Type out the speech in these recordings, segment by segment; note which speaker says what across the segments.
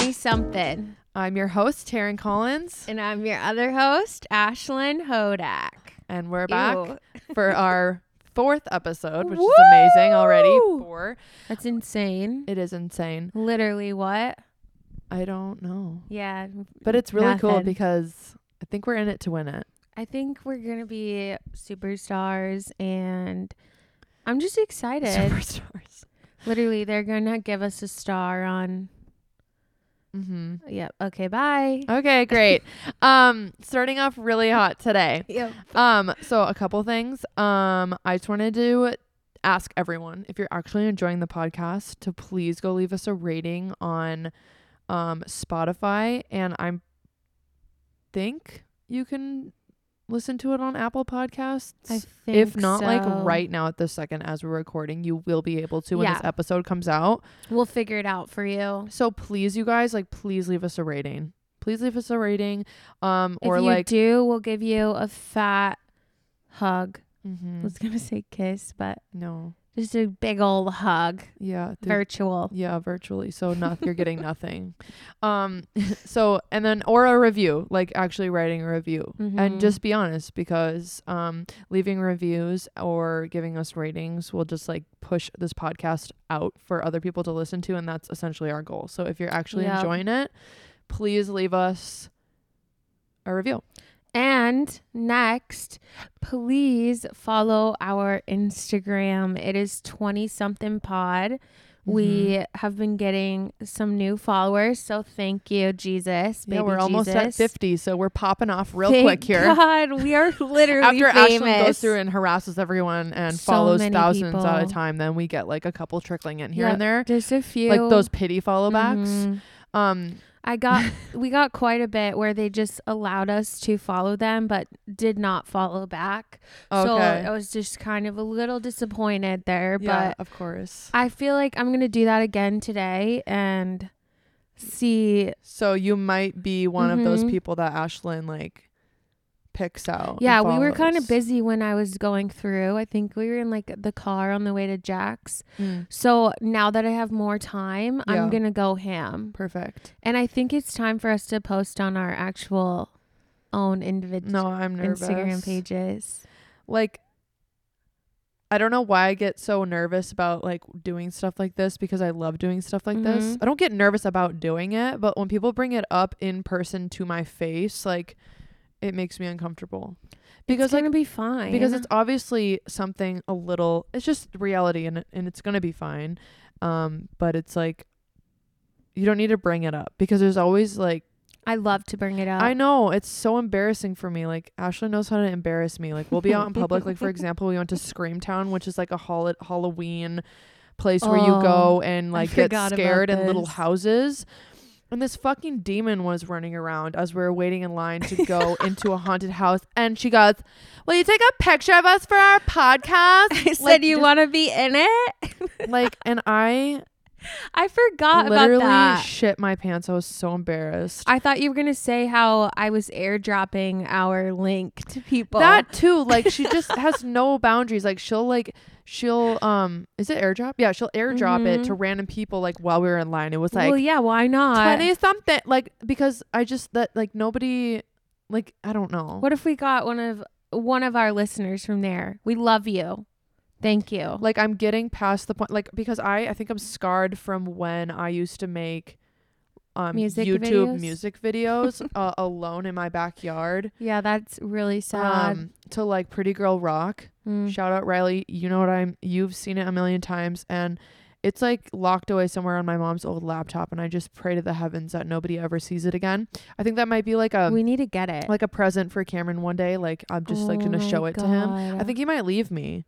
Speaker 1: Something.
Speaker 2: I'm your host, Taryn Collins,
Speaker 1: And I'm your other host, Ashlyn Hodak.
Speaker 2: and we're back
Speaker 1: Ew.
Speaker 2: for our fourth episode, which is amazing already.
Speaker 1: Woo!
Speaker 2: Four.
Speaker 1: That's insane.
Speaker 2: It is insane.
Speaker 1: Literally what?
Speaker 2: I don't know.
Speaker 1: Yeah.
Speaker 2: But it's really cool
Speaker 1: Nothing.
Speaker 2: because I think we're in it to win it.
Speaker 1: I think we're going to be superstars and I'm just excited.
Speaker 2: Superstars.
Speaker 1: Literally, they're going to give us a star on.
Speaker 2: Mm-hmm.
Speaker 1: Yep. Okay, bye.
Speaker 2: Okay, great. um, starting off really hot today.
Speaker 1: Yep.
Speaker 2: Um, so a couple things. Um, I just wanted to ask everyone if you're actually enjoying the podcast to please go leave us a rating on um Spotify and I'm think you can listen to it on Apple Podcasts.
Speaker 1: I think
Speaker 2: if not like
Speaker 1: so.
Speaker 2: right now at this second as we're recording, you will be able to when this
Speaker 1: Yeah.
Speaker 2: episode comes out.
Speaker 1: We'll figure it out for you.
Speaker 2: So please you guys like please leave us a rating. Please leave us a rating. Um or
Speaker 1: if you
Speaker 2: like
Speaker 1: do, we'll give you a fat hug. I
Speaker 2: Mhm.
Speaker 1: was gonna say kiss, but
Speaker 2: no.
Speaker 1: just a big old hug,
Speaker 2: Yeah. through
Speaker 1: virtual.
Speaker 2: Yeah, virtually. So not you're getting nothing. Um so and then or a review, like actually writing a review.
Speaker 1: Mhm.
Speaker 2: And just be honest because um leaving reviews or giving us ratings will just like push this podcast out for other people to listen to and that's essentially our goal. So if you're actually
Speaker 1: Yep.
Speaker 2: enjoying it, please leave us a review.
Speaker 1: And next, please follow our Instagram. It is twenty something pod.
Speaker 2: Mm-hmm.
Speaker 1: We have been getting some new followers, so thank you, Jesus.
Speaker 2: Yeah,
Speaker 1: baby
Speaker 2: we're almost at
Speaker 1: Jesus.
Speaker 2: 50, so we're popping off real
Speaker 1: Thank
Speaker 2: quick here.
Speaker 1: God, we are literally
Speaker 2: after
Speaker 1: famous.
Speaker 2: Ashlyn goes through and harasses everyone and
Speaker 1: So
Speaker 2: follows
Speaker 1: many
Speaker 2: thousands at a
Speaker 1: people.
Speaker 2: time, then we get like a couple trickling in here
Speaker 1: Yep,
Speaker 2: and there,
Speaker 1: just a few,
Speaker 2: like those pity follow backs.
Speaker 1: Mhm.
Speaker 2: Um,
Speaker 1: I got we got quite a bit where they just allowed us to follow them but did not follow back. So
Speaker 2: Okay.
Speaker 1: I was just kind of a little disappointed there,
Speaker 2: yeah,
Speaker 1: but
Speaker 2: of course.
Speaker 1: I feel like I'm going to do that again today and see
Speaker 2: So you might be one of those
Speaker 1: Mhm.
Speaker 2: people that Ashlyn like picks out. and
Speaker 1: Yeah, we were kind of
Speaker 2: follows.
Speaker 1: busy when I was going through. I think we were in like the car on the way to Jack's.
Speaker 2: Mm,
Speaker 1: So now that I have more time,
Speaker 2: Yeah.
Speaker 1: I'm going to go ham.
Speaker 2: perfect.
Speaker 1: And I think it's time for us to post on our actual own individual
Speaker 2: No, I'm nervous.
Speaker 1: Instagram pages.
Speaker 2: Like I don't know why I get so nervous about like doing stuff like this because I love doing stuff like this.
Speaker 1: Mhm.
Speaker 2: I don't get nervous about doing it, but when people bring it up in person to my face, like it makes me uncomfortable. Because
Speaker 1: it's gonna
Speaker 2: like
Speaker 1: be fine
Speaker 2: because it's obviously something a little it's just reality and it- and it's going to be fine. Um but it's like you don't need to bring it up because there's always like
Speaker 1: i love to bring it up
Speaker 2: I know it's so embarrassing for me. Like Ashley knows how to embarrass me. Like we'll be out in public. Like for example, we went to Screamtown, which is like a hol- Halloween place where you go
Speaker 1: Oh,
Speaker 2: and
Speaker 1: I
Speaker 2: like get
Speaker 1: forgot about
Speaker 2: scared in little
Speaker 1: this.
Speaker 2: houses. And this fucking demon was running around as we were waiting in line to go into a haunted house. And she goes, "Will you take a picture of us for our podcast?"
Speaker 1: I said
Speaker 2: Like,
Speaker 1: you
Speaker 2: just-
Speaker 1: want to be in it
Speaker 2: like, and I
Speaker 1: i forgot about
Speaker 2: literally
Speaker 1: that
Speaker 2: shit my pants. I was so embarrassed.
Speaker 1: i thought you were gonna say how i was airdropping our link to people
Speaker 2: That too, like she just has no boundaries. Like she'll like she'll um is it airdrop? Yeah, she'll airdrop it to random people like while we were in line. It was like
Speaker 1: Mm-hmm. well yeah why not
Speaker 2: twenty something like because I just that like nobody like I don't know.
Speaker 1: what if we got one of one of our listeners from there we love you thank you
Speaker 2: Like I'm getting past the point like because I I think I'm scarred from when I used to make um
Speaker 1: Music
Speaker 2: YouTube
Speaker 1: videos?
Speaker 2: music videos uh, alone in my backyard.
Speaker 1: yeah that's really sad
Speaker 2: Um to like Pretty Girl Rock.
Speaker 1: Mm.
Speaker 2: Shout out Riley. You know what I'm you've seen it a million times and it's like locked away somewhere on my mom's old laptop and I just pray to the heavens that nobody ever sees it again. I think that might be like a
Speaker 1: we need to get it
Speaker 2: like a present for Cameron one day. Like I'm just like
Speaker 1: Oh
Speaker 2: gonna
Speaker 1: my
Speaker 2: show it to him. I
Speaker 1: God.
Speaker 2: think he might leave me.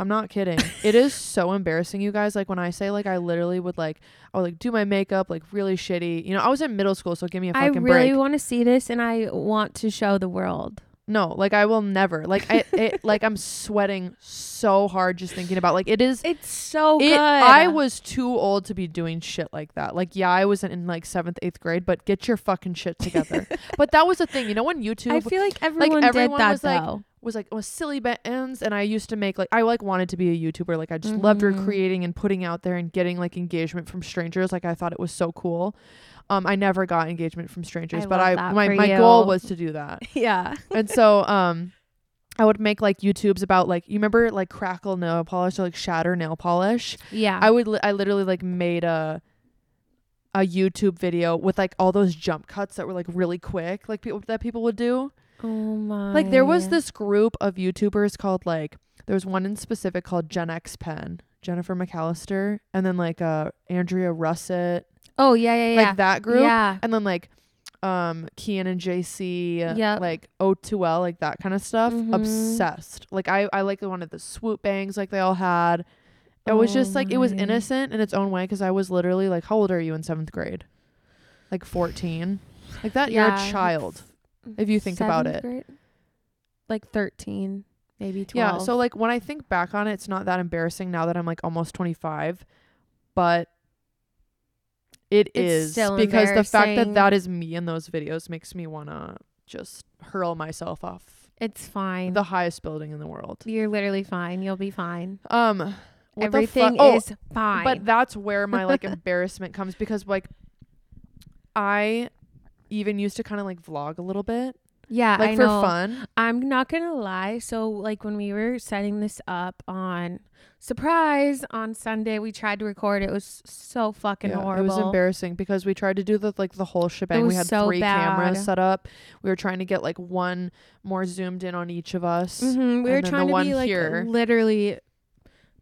Speaker 2: I'm not kidding. it is so embarrassing, you guys. Like when I say like I literally would like I would like do my makeup like really shitty. You know, I was in middle school, so give me a
Speaker 1: i
Speaker 2: fucking
Speaker 1: really
Speaker 2: break.
Speaker 1: want to see this and i want to show the world
Speaker 2: no, like I will never. Like I it like I'm sweating so hard just thinking about like it is
Speaker 1: it's so
Speaker 2: It-
Speaker 1: Oh, good
Speaker 2: I was too old to be doing shit like that. Like, yeah, I was in, in like seventh, eighth grade, but get your fucking shit together. but that was the thing, you know, when YouTube
Speaker 1: I feel like everyone,
Speaker 2: everyone
Speaker 1: did that
Speaker 2: was like,
Speaker 1: though.
Speaker 2: was like was silly bands, and I used to make like I like wanted to be a YouTuber. Like, I just loved
Speaker 1: Mhm.
Speaker 2: recreating and putting out there and getting like engagement from strangers. Like, I thought it was so cool. Um, I never got engagement from strangers,
Speaker 1: I
Speaker 2: but
Speaker 1: love
Speaker 2: I
Speaker 1: that
Speaker 2: my
Speaker 1: for
Speaker 2: my goal
Speaker 1: you.
Speaker 2: was to do that.
Speaker 1: Yeah.
Speaker 2: and so um I would make like YouTubes about like you remember like crackle nail polish or like shatter nail polish.
Speaker 1: Yeah.
Speaker 2: I would li- I literally like made a a YouTube video with like all those jump cuts that were like really quick like people that people would do.
Speaker 1: oh my.
Speaker 2: Like there was this group of YouTubers called like there was one in specific called Gen X Pen, Jennifer McAllister, and then like uh Andrea Russet,
Speaker 1: Oh yeah, yeah, yeah.
Speaker 2: like that group
Speaker 1: Yeah.
Speaker 2: and then like um Kian and JC
Speaker 1: Yep.
Speaker 2: like O2L like that kind of stuff
Speaker 1: Mhm.
Speaker 2: obsessed like I I like wanted the swoop bangs like they all had it was
Speaker 1: Oh
Speaker 2: just like it was
Speaker 1: my.
Speaker 2: innocent in its own way because I was literally like how old are you in 7th grade like 14 like that
Speaker 1: Yeah,
Speaker 2: you're a
Speaker 1: like
Speaker 2: child if you think about
Speaker 1: Seventh
Speaker 2: it
Speaker 1: grade? Like thirteen, maybe twelve.
Speaker 2: yeah so like when I think back on it it's not that embarrassing now that I'm like almost 25 but it
Speaker 1: It's
Speaker 2: is
Speaker 1: still
Speaker 2: because the fact that
Speaker 1: embarrassing.
Speaker 2: that is me in those videos makes me want to just hurl myself off
Speaker 1: it's fine.
Speaker 2: the highest building in the world.
Speaker 1: You're literally fine. You'll be fine.
Speaker 2: Um what the
Speaker 1: Everything
Speaker 2: fu- oh,
Speaker 1: is fine.
Speaker 2: but that's where my like embarrassment comes because like I even used to kind of like vlog a little bit
Speaker 1: yeah,
Speaker 2: like
Speaker 1: I
Speaker 2: for
Speaker 1: know.
Speaker 2: fun.
Speaker 1: I'm not gonna lie. So like when we were setting this up on surprise on Sunday, we tried to record. It was so fucking
Speaker 2: Yeah,
Speaker 1: horrible.
Speaker 2: It was embarrassing because we tried to do the like the whole shebang. We
Speaker 1: was
Speaker 2: had
Speaker 1: so
Speaker 2: three cameras
Speaker 1: bad.
Speaker 2: set up. We were trying to get like one more zoomed in on each of us.
Speaker 1: Mhm, We
Speaker 2: And
Speaker 1: were
Speaker 2: then the
Speaker 1: trying to
Speaker 2: one
Speaker 1: be like
Speaker 2: here-
Speaker 1: literally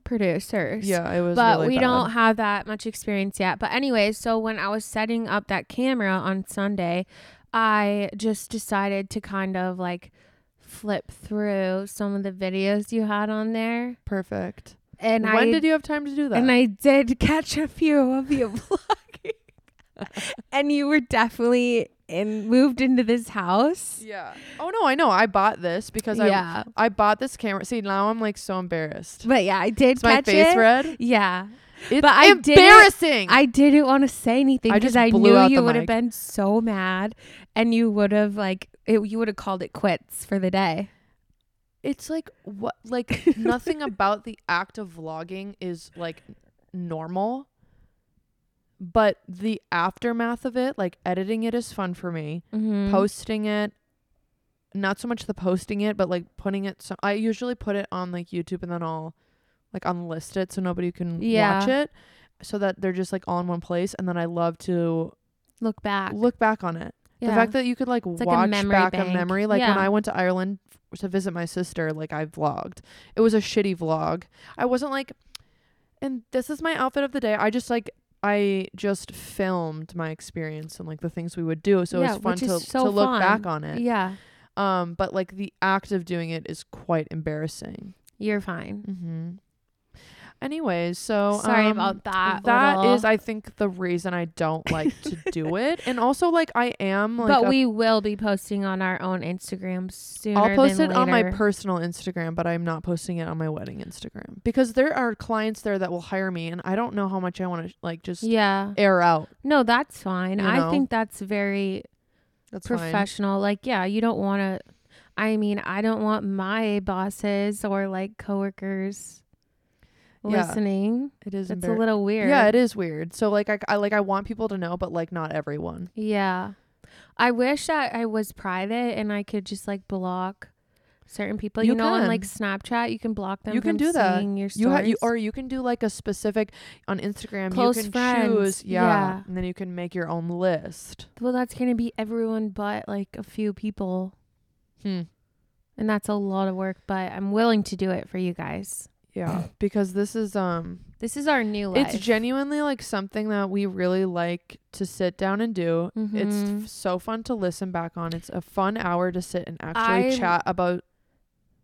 Speaker 1: producers.
Speaker 2: Yeah, it was.
Speaker 1: but
Speaker 2: really
Speaker 1: we
Speaker 2: bad.
Speaker 1: don't have that much experience yet. But anyway, so when I was setting up that camera on Sunday, I just decided to kind of like flip through some of the videos you had on there.
Speaker 2: Perfect.
Speaker 1: And
Speaker 2: when
Speaker 1: I
Speaker 2: did you have time to do that?
Speaker 1: and I did catch a few of you vlogging. and you were definitely in moved into this house.
Speaker 2: yeah. Oh no, I know. I bought this because
Speaker 1: Yeah.
Speaker 2: I I bought this camera. See, now I'm like so embarrassed.
Speaker 1: But yeah, I did
Speaker 2: Is my
Speaker 1: catch
Speaker 2: face
Speaker 1: it.
Speaker 2: red?
Speaker 1: Yeah.
Speaker 2: It's
Speaker 1: But I didn't-
Speaker 2: embarrassing.
Speaker 1: I didn't want to say anything
Speaker 2: I
Speaker 1: because
Speaker 2: just
Speaker 1: I,
Speaker 2: blew
Speaker 1: knew
Speaker 2: out
Speaker 1: you
Speaker 2: the
Speaker 1: would have
Speaker 2: mic.
Speaker 1: been so mad, and you would have like it, you would have called it quits for the day.
Speaker 2: it's like what like nothing about the act of vlogging is like normal but the aftermath of it like editing it is fun for me
Speaker 1: Mm-hmm.
Speaker 2: posting it not so much the posting it but like putting it so i usually put it on like youtube and then i'll like unlist it so nobody can watch
Speaker 1: Yeah.
Speaker 2: it so that they're just like all in one place and then i love to
Speaker 1: Look back.
Speaker 2: look back on it
Speaker 1: yeah.
Speaker 2: the fact that you could like
Speaker 1: like a
Speaker 2: watch
Speaker 1: memory
Speaker 2: back a
Speaker 1: bank.
Speaker 2: memory, like when
Speaker 1: Yeah.
Speaker 2: I went to Ireland f- to visit my sister, like I vlogged. It was a shitty vlog. I wasn't like, and this is my outfit of the day. I just like I just filmed my experience and like the things we would do, so
Speaker 1: Yeah,
Speaker 2: it's fun
Speaker 1: which
Speaker 2: to
Speaker 1: is so
Speaker 2: to look back
Speaker 1: fun.
Speaker 2: on it.
Speaker 1: yeah,
Speaker 2: Um, but like the act of doing it is quite embarrassing.
Speaker 1: you're fine.
Speaker 2: Mm-hmm. Anyways, so
Speaker 1: Sorry
Speaker 2: um,
Speaker 1: about that.
Speaker 2: That
Speaker 1: little-
Speaker 2: is, I think, the reason I don't like to do it, and also like I am like
Speaker 1: but
Speaker 2: a
Speaker 1: we will be posting on our own Instagram soon.
Speaker 2: I'll post it on my
Speaker 1: personal.
Speaker 2: personal Instagram, but I'm not posting it on my wedding Instagram because there are clients there that will hire me, and I don't know how much I want to like just
Speaker 1: yeah.
Speaker 2: air out.
Speaker 1: No, that's fine.
Speaker 2: You know.
Speaker 1: I think that's very
Speaker 2: That's fine.
Speaker 1: professional. Like, yeah, you don't want to. I mean, I don't want my bosses or like coworkers
Speaker 2: Yeah.
Speaker 1: listening.
Speaker 2: It is
Speaker 1: It's a
Speaker 2: embar-
Speaker 1: little weird.
Speaker 2: Yeah, it is weird. So like I, I like I want people to know, but like not everyone.
Speaker 1: yeah. I wish that I was private and I could just like block certain people.
Speaker 2: You
Speaker 1: You, know, on like
Speaker 2: can.
Speaker 1: Snapchat, you can block them.
Speaker 2: You
Speaker 1: from
Speaker 2: can do that.
Speaker 1: seeing Your
Speaker 2: You ha- you
Speaker 1: stories.
Speaker 2: or you can do like a specific on Instagram.
Speaker 1: Close
Speaker 2: you can
Speaker 1: friends.
Speaker 2: choose, yeah,
Speaker 1: Yeah.
Speaker 2: and then you can make your own list.
Speaker 1: well, that's gonna be everyone but like a few people,
Speaker 2: Hmm.
Speaker 1: and that's a lot of work. But I'm willing to do it for you guys.
Speaker 2: Yeah, because this is um
Speaker 1: This is our new life.
Speaker 2: It's genuinely like something that we really like to sit down and do. It's
Speaker 1: Mhm.
Speaker 2: f- so fun to listen back on. It's a fun hour to sit and actually
Speaker 1: I-
Speaker 2: chat about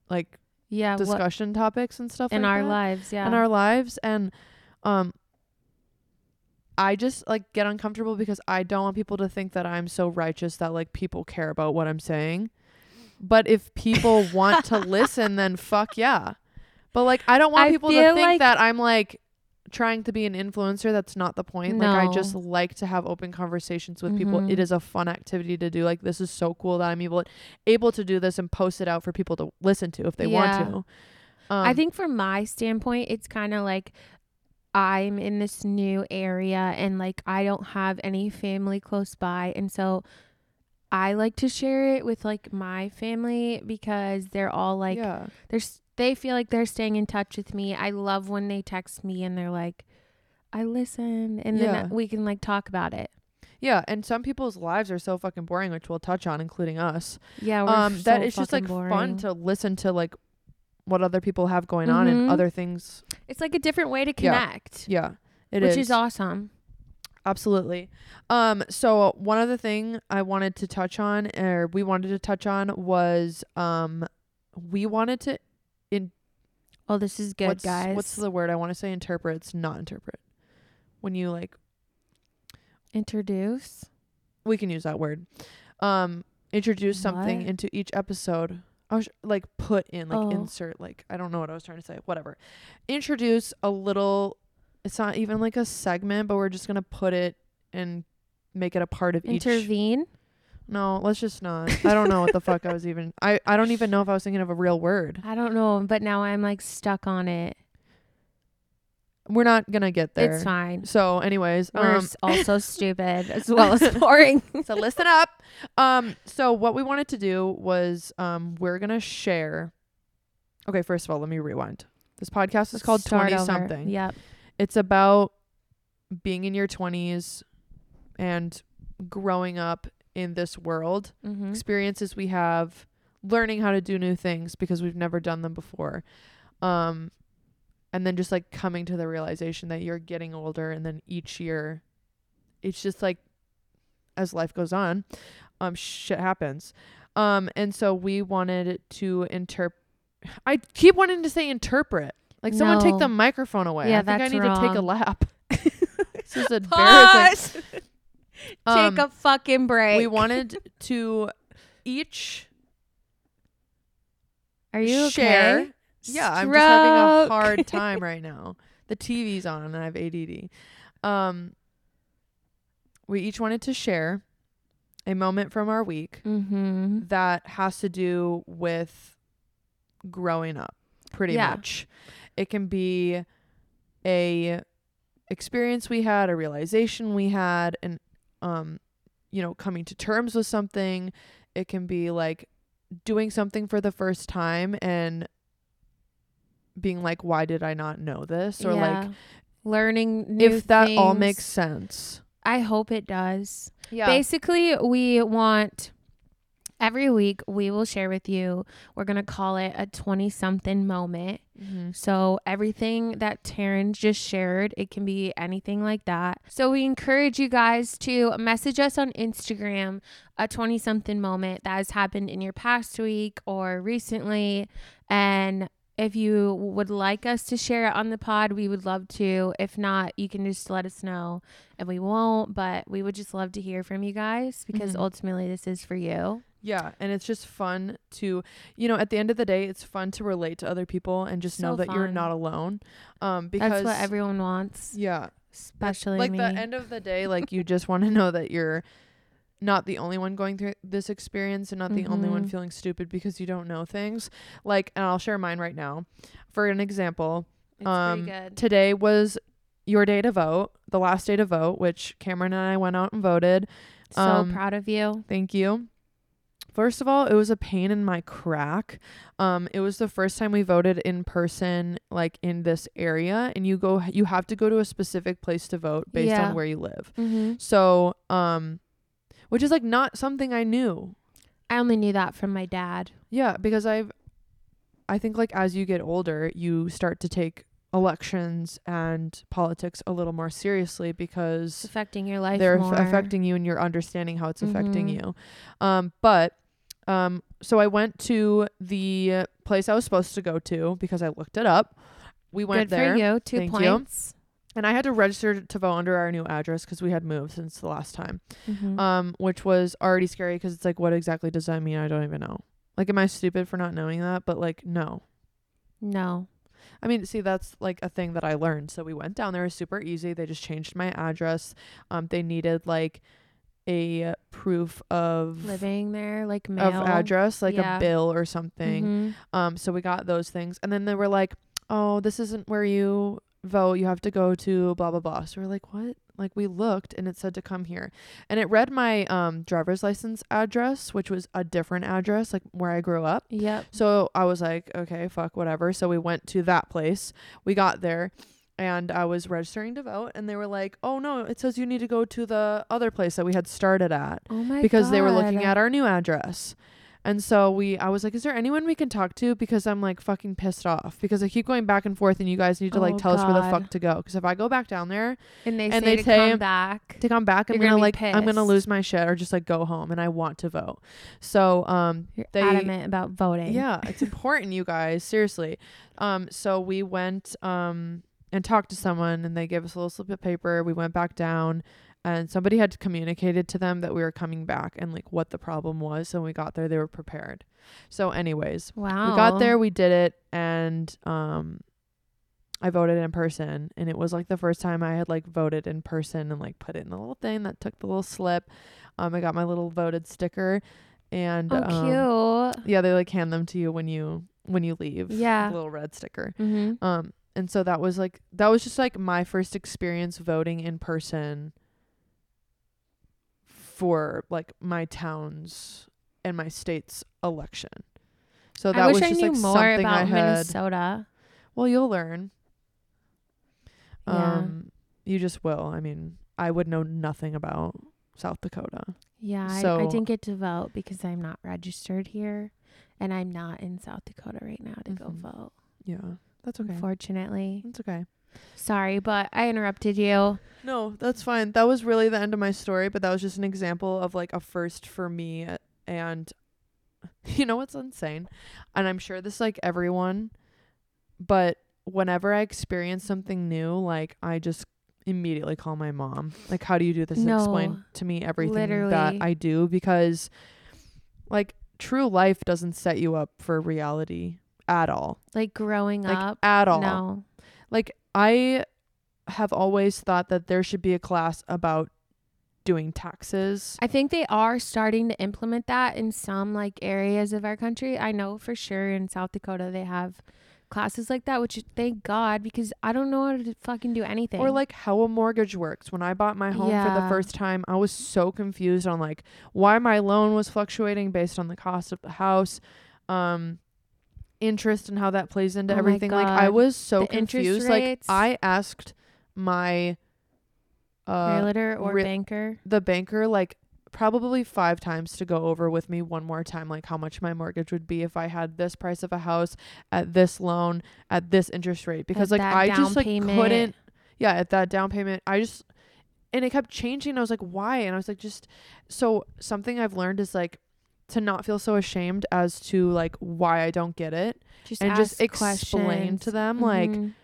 Speaker 2: like
Speaker 1: yeah. what-
Speaker 2: discussion topics and stuff
Speaker 1: in
Speaker 2: like
Speaker 1: our
Speaker 2: that.
Speaker 1: lives. Yeah.
Speaker 2: in our lives and um I just like get uncomfortable because I don't want people to think that I'm so righteous that like people care about what I'm saying. But if people want to listen then fuck yeah. But like I don't want
Speaker 1: I
Speaker 2: people to
Speaker 1: feel
Speaker 2: think
Speaker 1: like-
Speaker 2: that I'm like trying to be an influencer that's not the point. Like I
Speaker 1: No.
Speaker 2: just like to have open conversations with people.
Speaker 1: Mhm.
Speaker 2: It is a fun activity to do. Like this is so cool that I'm able able to do this and post it out for people to listen to if they
Speaker 1: Yeah.
Speaker 2: want to. Um,
Speaker 1: I think from my standpoint, it's kind of like I'm in this new area and like I don't have any family close by. And so I like to share it with like my family because they're all like,
Speaker 2: yeah.
Speaker 1: they're s- they feel like they're staying in touch with me. I love when they text me and they're like, I listen. And
Speaker 2: Yeah.
Speaker 1: then we can like talk about it.
Speaker 2: Yeah, and some people's lives are so fucking boring, which we'll touch on, including us.
Speaker 1: Yeah. Oh, We're
Speaker 2: Um,
Speaker 1: so
Speaker 2: that it's just
Speaker 1: fucking
Speaker 2: like
Speaker 1: boring.
Speaker 2: fun to listen to like what other people have going on and
Speaker 1: Mhm.
Speaker 2: other things.
Speaker 1: It's like a different way to
Speaker 2: Yeah.
Speaker 1: connect,
Speaker 2: Yeah, it is.
Speaker 1: which is awesome.
Speaker 2: Absolutely. Um, so one other thing I wanted to touch on, or we wanted to touch on, was um, we wanted to
Speaker 1: Oh, this is good,
Speaker 2: what's,
Speaker 1: guys.
Speaker 2: What's the word I want to say? Interpret. It's not interpret. When you like,
Speaker 1: introduce?
Speaker 2: we can use that word. Um, introduce something
Speaker 1: What?
Speaker 2: into each episode. I was like put in like
Speaker 1: Oh.
Speaker 2: insert like I don't know what I was trying to say. Whatever. Introduce a little. It's not even like a segment, but we're just gonna put it and make it a part of each.
Speaker 1: Intervene?
Speaker 2: No, let's just not. I don't know what the fuck I was even. I I don't even know if I was thinking of a real word.
Speaker 1: I don't know, but now I'm like stuck on it.
Speaker 2: We're not gonna get there.
Speaker 1: It's fine.
Speaker 2: So, anyways,
Speaker 1: We're
Speaker 2: um,
Speaker 1: s- also stupid as well as boring.
Speaker 2: so listen up. Um, so what we wanted to do was, um, we're gonna share. Okay, first of all, let me rewind. This podcast is called
Speaker 1: Start
Speaker 2: Twenty
Speaker 1: over.
Speaker 2: Something.
Speaker 1: Yep.
Speaker 2: It's about being in your twenties and growing up in this world
Speaker 1: Mm-hmm.
Speaker 2: experiences we have learning how to do new things because we've never done them before um and then just like coming to the realization that you're getting older and then each year it's just like as life goes on um shit happens um and so we wanted to interpret I keep wanting to say interpret like someone take the
Speaker 1: No.
Speaker 2: microphone away
Speaker 1: Yeah,
Speaker 2: I think I
Speaker 1: that's
Speaker 2: need to take a
Speaker 1: wrong.
Speaker 2: lap this is embarrassing
Speaker 1: Pause.
Speaker 2: Um,
Speaker 1: Take a fucking break.
Speaker 2: we wanted to each
Speaker 1: Are you
Speaker 2: share
Speaker 1: okay?
Speaker 2: Yeah, I'm just having a
Speaker 1: Stroke.
Speaker 2: hard time right now. The TV's on and I have ADD. Um, we each wanted to share a moment from our week
Speaker 1: Mm-hmm.
Speaker 2: that has to do with growing up, pretty
Speaker 1: Yeah.
Speaker 2: much. It can be a experience we had, a realization we had, and um, you know, coming to terms with something. It can be like doing something for the first time and being like, why did I not know this? Or like,
Speaker 1: learning new
Speaker 2: if that all
Speaker 1: things.
Speaker 2: makes sense.
Speaker 1: I hope it does.
Speaker 2: Yeah.
Speaker 1: Basically, we want every week we will share with you. We're gonna call it a twenty something moment. So everything that Taryn just shared, it can be anything like that. So we encourage you guys to message us on Instagram a 20 something moment that has happened in your past week or recently and if you would like us to share it on the pod, we would love to. If not, you can just let us know and we won't, but we would just love to hear from you guys because
Speaker 2: Mhm.
Speaker 1: ultimately this is for you.
Speaker 2: Yeah, and it's just fun to, you know, at the end of the day, it's fun to relate to other people and just know
Speaker 1: So
Speaker 2: that you're
Speaker 1: fun.
Speaker 2: not alone. Um, because
Speaker 1: That's what everyone wants,
Speaker 2: yeah,
Speaker 1: especially
Speaker 2: like
Speaker 1: me.
Speaker 2: the end of the day, like you just want to know that you're not the only one going through this experience and not the only one
Speaker 1: Mhm.
Speaker 2: feeling stupid because you don't know things. Like, and I'll share mine right now. For an example,
Speaker 1: it's
Speaker 2: um,
Speaker 1: pretty good.
Speaker 2: today was your day to vote, the last day to vote, which Cameron and I went out and voted.
Speaker 1: So
Speaker 2: um,
Speaker 1: proud of you.
Speaker 2: Thank you. First of all, it was a pain in my crack. Um, it was the first time we voted in person, like in this area, and you go, you have to go to a specific place to vote based
Speaker 1: Yeah.
Speaker 2: on where you live.
Speaker 1: Mm-hmm.
Speaker 2: So, um, which is like not something I knew.
Speaker 1: I only knew that from my dad.
Speaker 2: Yeah, because I've, I think like as you get older, you start to take elections and politics a little more seriously because
Speaker 1: It's affecting your life.
Speaker 2: they're aff-
Speaker 1: more.
Speaker 2: affecting you and you're understanding how it's affecting
Speaker 1: Mhm.
Speaker 2: you um but um so i went to the place i was supposed to go to because i looked it up we went
Speaker 1: Good
Speaker 2: there
Speaker 1: for you. Two
Speaker 2: Thank you.
Speaker 1: points.
Speaker 2: and i had to register to vote under our new address because we had moved since the last time
Speaker 1: Mhm.
Speaker 2: um which was already scary because it's like what exactly does that mean i don't even know like am i stupid for not knowing that but like no
Speaker 1: no.
Speaker 2: I mean, see, that's like a thing that I learned. So we went down there, it was super easy. They just changed my address. Um, they needed like a proof of
Speaker 1: Living there, like mail.
Speaker 2: of address, like a
Speaker 1: Yeah.
Speaker 2: bill or something.
Speaker 1: Mhm.
Speaker 2: Um, so we got those things, and then they were like, "Oh, this isn't where you vote, you have to go to blah blah blah. So we're like, what? Like we looked and it said to come here. And it read my um driver's license address, which was a different address, like where I grew up.
Speaker 1: Yep.
Speaker 2: So I was like, okay, fuck, whatever. So we went to that place. We got there and I was registering to vote and they were like, "Oh no, it says you need to go to the other place that we had started at."
Speaker 1: Oh my
Speaker 2: because they were looking at our new address. And so we I was like, is there anyone we can talk to because I'm like fucking pissed off because I keep going back and forth and you guys need to like
Speaker 1: Oh,
Speaker 2: tell us where the
Speaker 1: God.
Speaker 2: fuck to go because if I go back down there
Speaker 1: and they
Speaker 2: and
Speaker 1: say
Speaker 2: they
Speaker 1: to
Speaker 2: say-
Speaker 1: come back.
Speaker 2: to come back I'm
Speaker 1: You're
Speaker 2: going
Speaker 1: gonna
Speaker 2: to
Speaker 1: be
Speaker 2: like I'm going to
Speaker 1: pissed.
Speaker 2: lose my shit or just like go home and I want to vote. So um
Speaker 1: You're
Speaker 2: they
Speaker 1: adamant about voting.
Speaker 2: yeah, it's important, you guys. Seriously. Um, so we went um and talked to someone, and they gave us a little slip of paper. We went back down, and somebody had communicated to them that we were coming back and like what the problem was. So when we got there, they were prepared. So, anyways,
Speaker 1: Wow.
Speaker 2: we got there, we did it, and um. I voted in person and it was like the first time I had like voted in person and like put it in the little thing that took the little slip. Um I got my little voted sticker and
Speaker 1: Oh,
Speaker 2: um,
Speaker 1: cute.
Speaker 2: yeah, they like hand them to you when you when you leave.
Speaker 1: Yeah.
Speaker 2: the little red sticker.
Speaker 1: Mm-hmm.
Speaker 2: Um, and so that was like that was just like my first experience voting in person for like my town's and my state's election. So that
Speaker 1: I wish
Speaker 2: was
Speaker 1: I
Speaker 2: just
Speaker 1: knew
Speaker 2: like
Speaker 1: more
Speaker 2: something
Speaker 1: about
Speaker 2: I had.
Speaker 1: Minnesota.
Speaker 2: Well, you'll learn.
Speaker 1: Yeah.
Speaker 2: Um, you just will. I mean, I would know nothing about South Dakota.
Speaker 1: Yeah, I, I
Speaker 2: So-
Speaker 1: didn't get to vote because I'm not registered here, and I'm not in South Dakota right now to go
Speaker 2: Mhm.
Speaker 1: vote.
Speaker 2: Yeah, that's okay.
Speaker 1: Unfortunately,
Speaker 2: That's okay.
Speaker 1: sorry, but I interrupted you.
Speaker 2: No, that's fine. That was really the end of my story, but that was just an example of like a first for me uh, and you know what's insane? And I'm sure this like everyone, but whenever I experience something new, like I just immediately call my mom. Like how do you do this? And
Speaker 1: No,
Speaker 2: Explain to me everything that
Speaker 1: literally.
Speaker 2: I do because like true life doesn't set you up for reality at all.
Speaker 1: Like growing
Speaker 2: Like
Speaker 1: up,
Speaker 2: at all
Speaker 1: no,
Speaker 2: like I have always thought that there should be a class about doing taxes.
Speaker 1: I think they are starting to implement that in some like areas of our country. I know for sure in South Dakota they have classes like that, which thank God because I don't know how to fucking do anything.
Speaker 2: Or like how a mortgage works. When I bought my home for the
Speaker 1: Yeah.
Speaker 2: first time, I was so confused on like why my loan was fluctuating based on the cost of the house, um interest and how that plays into
Speaker 1: Oh my
Speaker 2: everything. Like I
Speaker 1: God.
Speaker 2: was so
Speaker 1: The interest
Speaker 2: confused.
Speaker 1: rates.
Speaker 2: Like I asked my uh
Speaker 1: realtor or
Speaker 2: re-
Speaker 1: banker.
Speaker 2: the banker like probably five times to go over with me one more time like how much my mortgage would be if I had this price of a house at this loan at this interest rate because
Speaker 1: At
Speaker 2: like
Speaker 1: that
Speaker 2: I
Speaker 1: down
Speaker 2: just like
Speaker 1: payment.
Speaker 2: couldn't yeah at that down payment I just and it kept changing I was like why and I was like just so something I've learned is like to not feel so ashamed as to like why I don't get it
Speaker 1: Just
Speaker 2: and just
Speaker 1: ask
Speaker 2: explain
Speaker 1: questions.
Speaker 2: to them like
Speaker 1: Mhm.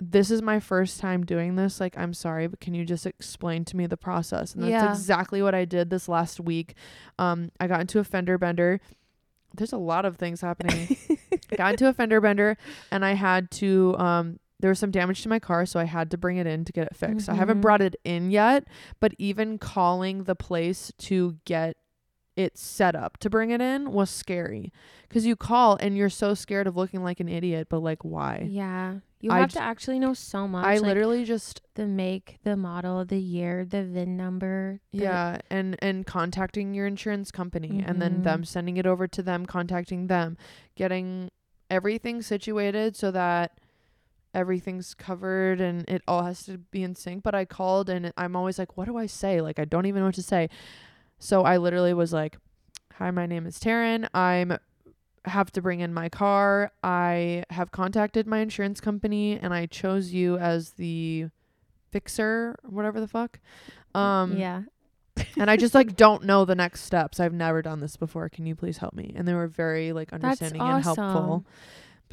Speaker 2: this is my first time doing this. Like, I'm sorry, but can you just explain to me the process? And that's
Speaker 1: Yeah.
Speaker 2: exactly what I did this last week. Um, I got into a fender bender. There's a lot of things happening. I got into a fender bender and I had to, um, there was some damage to my car, so I had to bring it in to get it fixed. I haven't
Speaker 1: Mhm.
Speaker 2: brought it in yet, but even calling the place to get it set up to bring it in was scary because you call and you're so scared of looking like an idiot, but like, why?
Speaker 1: Yeah. You
Speaker 2: I
Speaker 1: have
Speaker 2: j-
Speaker 1: to actually know so much.
Speaker 2: I
Speaker 1: like,
Speaker 2: literally just
Speaker 1: the make, the model, the year, the VIN number. the-
Speaker 2: yeah and and contacting your insurance company and then
Speaker 1: Mhm.
Speaker 2: them sending it over to them contacting them getting everything situated so that everything's covered and it all has to be in sync but i called and i'm always like what do i say like i don't even know what to say so i literally was like hi my name is taryn i'm have to bring in my car i have contacted my insurance company and i chose you as the fixer or whatever the fuck um
Speaker 1: yeah.
Speaker 2: and I just like don't know the next steps. I've never done this before. Can you please help me? And they were very like
Speaker 1: That's
Speaker 2: understanding and
Speaker 1: awesome.
Speaker 2: helpful,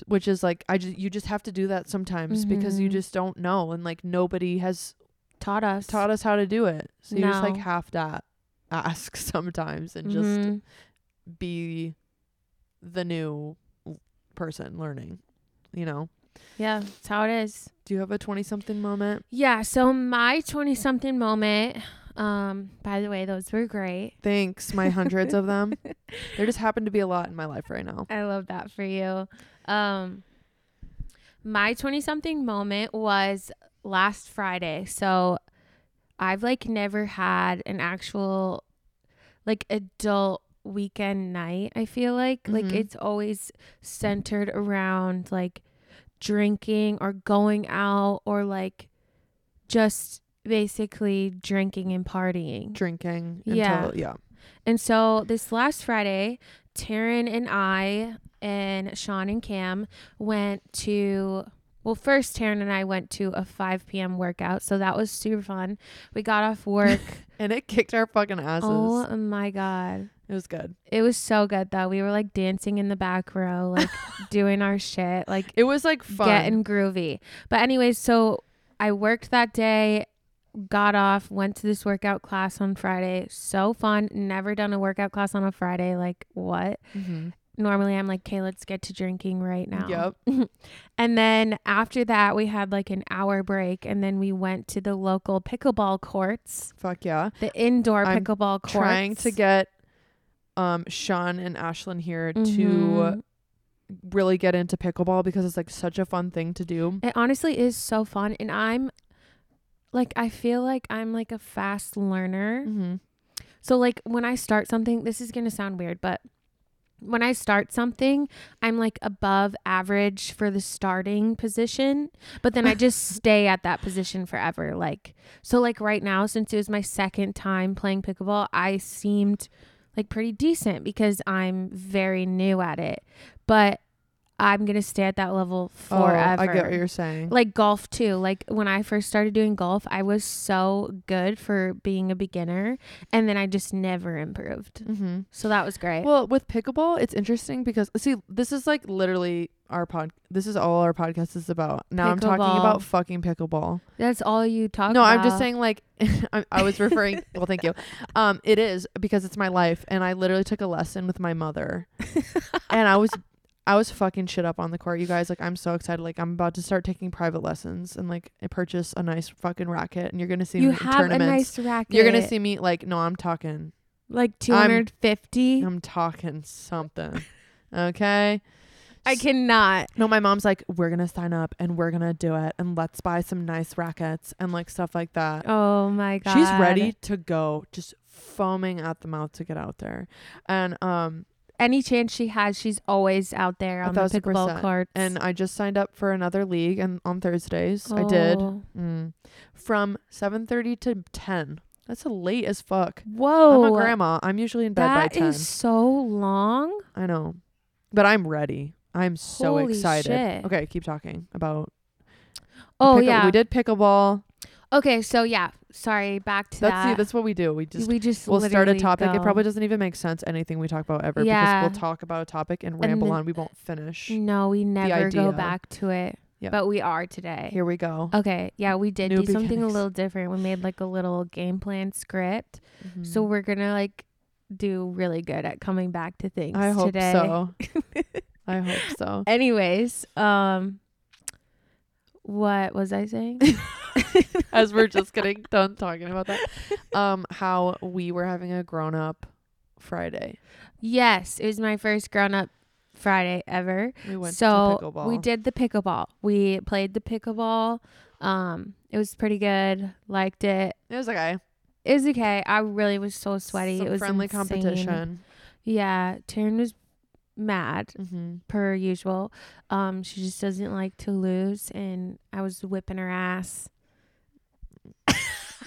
Speaker 2: which is like I just you just have to do that sometimes because you
Speaker 1: Mhm.
Speaker 2: just don't know and like nobody has
Speaker 1: Taught us.
Speaker 2: taught us how to do it. So you just like
Speaker 1: No.
Speaker 2: have to ask sometimes and just
Speaker 1: Mhm.
Speaker 2: be the new l- person learning, you know.
Speaker 1: Yeah, that's how it is.
Speaker 2: Do you have a 20 something moment?
Speaker 1: Yeah, so my 20 something moment, um, by the way, those were great.
Speaker 2: Thanks, my hundreds of them. There just happen to be a lot in my life right now.
Speaker 1: I love that for you. Um My 20 something moment was last Friday. So I've like never had an actual like adult weekend night, I feel like. Like
Speaker 2: Mhm.
Speaker 1: it's always centered around like drinking or going out or like just basically drinking and partying.
Speaker 2: Drinking.
Speaker 1: Yeah.
Speaker 2: Until, yeah.
Speaker 1: And so this last Friday, Taryn and I and Sean and Cam went to well, first Taryn and I went to a 5 p.m. workout, so that was super fun. We got off work.
Speaker 2: And it kicked our fucking asses.
Speaker 1: oh my god,
Speaker 2: It was good.
Speaker 1: it was so good though. We were like dancing in the back row, like doing our shit, like
Speaker 2: It was like fun.
Speaker 1: getting groovy. But anyways, so I worked that day, got off, went to this workout class on Friday. So fun. Never done a workout class on a Friday. Like what?
Speaker 2: Mhm.
Speaker 1: Normally I'm like, okay, let's get to drinking right now.
Speaker 2: Yep.
Speaker 1: And then after that we had like an hour break and then we went to the local pickleball courts.
Speaker 2: Fuck yeah.
Speaker 1: The indoor
Speaker 2: I'm
Speaker 1: pickleball courts.
Speaker 2: Trying to get um Sean and Ashlyn here to
Speaker 1: Mhm.
Speaker 2: really get into pickleball because it's like such a fun thing to do.
Speaker 1: It honestly is so fun and I'm like I feel like I'm like a fast learner.
Speaker 2: Mm-hmm.
Speaker 1: So like when I start something, this is going to sound weird, but when I start something, I'm like above average for the starting position, but then I just stay at that position forever. Like so like right now since it was my second time playing pickleball, I seemed like pretty decent because I'm very new at it. But I'm going to stay at that level forever
Speaker 2: Oh, I get what you're saying.
Speaker 1: like golf too like when i first started doing golf i was so good for being a beginner and then i just never improved
Speaker 2: mm-hmm.
Speaker 1: so that was great
Speaker 2: Well, with pickleball, it's interesting because see, this is like literally our pod. This is all our podcast is about. Now I'm talking
Speaker 1: Pickleball.
Speaker 2: about fucking pickleball.
Speaker 1: that's all you talk
Speaker 2: no,
Speaker 1: about
Speaker 2: I'm just saying like I, I was referring. well, thank you. Um, it is because it's my life, and I literally took a lesson with my mother, and I was. I was fucking shit up on the court, you guys. Like, I'm so excited. Like, I'm about to start taking private lessons and like I purchase a nice fucking racket. And you're gonna see
Speaker 1: you
Speaker 2: me in
Speaker 1: have a
Speaker 2: tournaments.
Speaker 1: nice racket
Speaker 2: you're gonna see me like, no, I'm talking.
Speaker 1: like 250
Speaker 2: I'm talking something. Okay.
Speaker 1: i cannot
Speaker 2: No, my mom's like, we're gonna sign up and we're gonna do it and let's buy some nice rackets and like stuff like that.
Speaker 1: oh my god
Speaker 2: She's ready to go, just foaming at the mouth to get out there. And um
Speaker 1: any chance she has she's always out there
Speaker 2: A
Speaker 1: on the
Speaker 2: thousand
Speaker 1: pickleball
Speaker 2: percent.
Speaker 1: courts
Speaker 2: and I just signed up for another league and on Thursdays. I did.
Speaker 1: Oh.
Speaker 2: Mm. From seven thirty to ten. That's late as fuck.
Speaker 1: whoa
Speaker 2: I'm a grandma. I'm usually in bed
Speaker 1: Oh. That
Speaker 2: by ten.
Speaker 1: is so long
Speaker 2: I know. But I'm ready. I'm so
Speaker 1: Holy
Speaker 2: excited.
Speaker 1: shit.
Speaker 2: Okay, keep talking about
Speaker 1: oh
Speaker 2: Pickle-
Speaker 1: yeah
Speaker 2: we did pickleball.
Speaker 1: okay so yeah sorry back to
Speaker 2: That's
Speaker 1: that
Speaker 2: see, that's what we do. We just
Speaker 1: we just
Speaker 2: we'll start a
Speaker 1: literally
Speaker 2: topic. It
Speaker 1: go.
Speaker 2: probably doesn't even make sense anything we talk about ever
Speaker 1: Yeah.
Speaker 2: because we'll talk about a topic and ramble
Speaker 1: then-
Speaker 2: on. We won't finish.
Speaker 1: no, we never go
Speaker 2: idea.
Speaker 1: back to it,
Speaker 2: Yeah.
Speaker 1: but we are today.
Speaker 2: Here we go.
Speaker 1: okay, yeah, we did
Speaker 2: New
Speaker 1: do something a
Speaker 2: beginnings.
Speaker 1: little different. We made like a little game plan script,
Speaker 2: Mhm.
Speaker 1: so we're gonna like do really good at coming back to things.
Speaker 2: I hope
Speaker 1: today.
Speaker 2: so. I hope so.
Speaker 1: Anyways, um, what was I saying?
Speaker 2: As we're just getting done talking about that, um, how we were having a grown up Friday.
Speaker 1: yes, it was my first grown up Friday ever.
Speaker 2: We went
Speaker 1: so
Speaker 2: to pickleball.
Speaker 1: we did the pickleball. We played the pickleball. Um, it was pretty good. Liked it.
Speaker 2: It was okay.
Speaker 1: It was okay. I really was so sweaty.
Speaker 2: Some
Speaker 1: it was
Speaker 2: friendly
Speaker 1: insane.
Speaker 2: competition.
Speaker 1: Yeah, Taryn was mad
Speaker 2: Mm-hmm.
Speaker 1: per usual. Um, she just doesn't like to lose, and I was whipping her ass.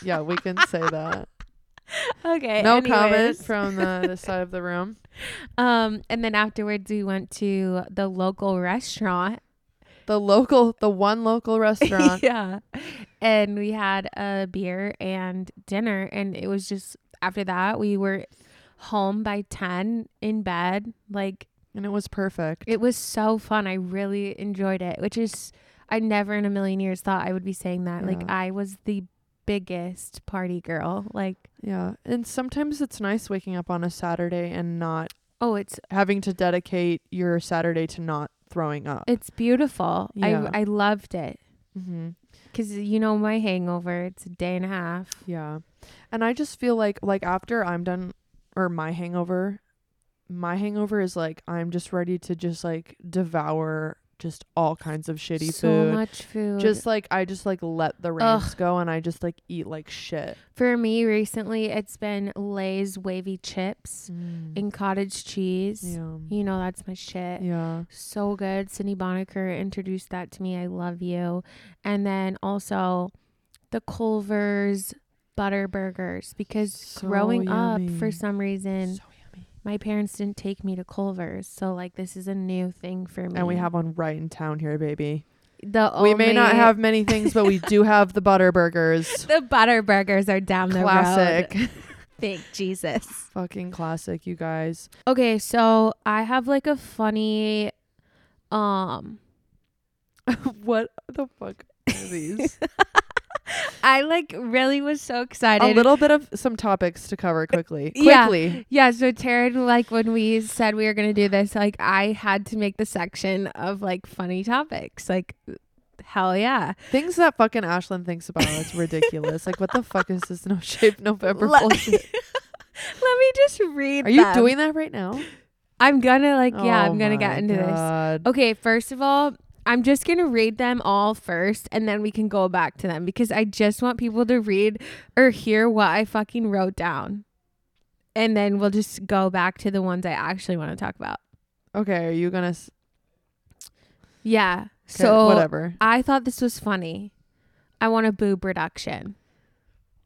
Speaker 2: Yeah, we can say that.
Speaker 1: Okay.
Speaker 2: No comment
Speaker 1: anyways.
Speaker 2: from the, this side of the room.
Speaker 1: Um, and then afterwards we went to the local restaurant.
Speaker 2: The local, the one local restaurant
Speaker 1: yeah. And we had a beer and dinner. And it was just after that, we were home by 10 in bed. Like,
Speaker 2: And it was perfect.
Speaker 1: it was so fun. I really enjoyed it, which is, I never in a million years thought I would be saying that. Like,
Speaker 2: Yeah.
Speaker 1: I was the biggest party girl. Like,
Speaker 2: yeah. And sometimes it's nice waking up on a Saturday and not
Speaker 1: oh, it's
Speaker 2: having to dedicate your Saturday to not throwing up.
Speaker 1: it's beautiful.
Speaker 2: Yeah.
Speaker 1: I I loved it
Speaker 2: Mm-hmm.
Speaker 1: because you know my hangover. It's a day and a half.
Speaker 2: Yeah. And I just feel like like after I'm done or my hangover, my hangover is like I'm just ready to just like devour just all kinds of shitty
Speaker 1: so
Speaker 2: food.
Speaker 1: much food.
Speaker 2: Just like I just like let the reins go and I just like eat like shit.
Speaker 1: for me recently, it's been Lay's wavy chips and cottage cheese.
Speaker 2: Mm. Yeah.
Speaker 1: You know that's my shit.
Speaker 2: Yeah.
Speaker 1: So good. Cindy Boniker introduced that to me. I love you. And then also the Culver's butter burgers because
Speaker 2: So
Speaker 1: growing up for
Speaker 2: yummy.
Speaker 1: some reason
Speaker 2: so yummy.
Speaker 1: my parents didn't take me to Culver's. So like this is a new thing for me.
Speaker 2: And we have one right in town here, baby.
Speaker 1: the
Speaker 2: we may not
Speaker 1: only-
Speaker 2: have many things, but we do have the butter burgers.
Speaker 1: the butter burgers are down the road.
Speaker 2: classic.
Speaker 1: Thank Jesus.
Speaker 2: Fucking classic, you guys.
Speaker 1: Okay, so I have like a funny um
Speaker 2: what the fuck are these?
Speaker 1: I like really was so excited.
Speaker 2: a little bit of some topics to cover quickly.
Speaker 1: Yeah.
Speaker 2: Quickly.
Speaker 1: Yeah, so Taryn, like when we said we were gonna do this, like I had to make the section of like funny topics. Like hell yeah.
Speaker 2: Things that fucking Ashlyn thinks about. It's ridiculous. like, what the fuck is this no shape November
Speaker 1: Let-
Speaker 2: bullshit?
Speaker 1: Let me just read.
Speaker 2: Are you
Speaker 1: them.
Speaker 2: doing that right now?
Speaker 1: I'm gonna like yeah,
Speaker 2: Oh
Speaker 1: I'm gonna
Speaker 2: my
Speaker 1: get into this.
Speaker 2: God.
Speaker 1: Okay, first of all, I'm just gonna read them all first and then we can go back to them because I just want people to read or hear what I fucking wrote down. And then we'll just go back to the ones I actually want to talk about.
Speaker 2: Okay, are you gonna? S-
Speaker 1: Yeah.
Speaker 2: okay,
Speaker 1: So
Speaker 2: whatever.
Speaker 1: I thought this was funny. I want a boob reduction.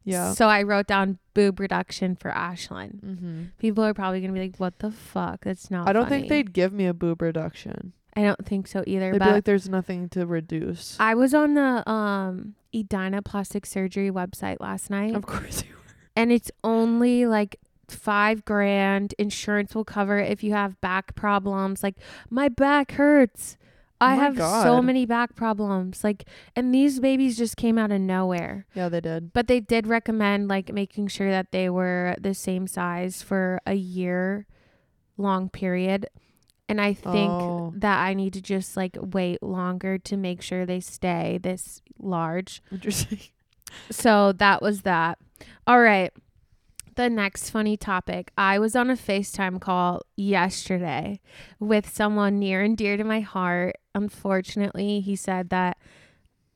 Speaker 2: Yeah.
Speaker 1: So I wrote down boob reduction for Ashlyn.
Speaker 2: mm-hmm.
Speaker 1: People are probably gonna be like, "What the fuck? That's not."
Speaker 2: I don't
Speaker 1: funny."
Speaker 2: think they'd give me a boob reduction.
Speaker 1: I don't think so either.
Speaker 2: They'd
Speaker 1: But
Speaker 2: be like, "There's nothing to reduce."
Speaker 1: I was on the um Edina Plastic Surgery website last night,
Speaker 2: of course you.
Speaker 1: and it's only like five grand. Insurance will cover it if you have back problems. Like my back hurts. I
Speaker 2: Oh my
Speaker 1: have so
Speaker 2: God.
Speaker 1: many back problems. Like, and these babies just came out of nowhere.
Speaker 2: Yeah, they did.
Speaker 1: But they did recommend like making sure that they were the same size for a year long period. And I think
Speaker 2: Oh.
Speaker 1: that I need to just like wait longer to make sure they stay this large.
Speaker 2: Interesting.
Speaker 1: So that was that. All right. The next funny topic. I was on a FaceTime call yesterday with someone near and dear to my heart. Unfortunately, he said that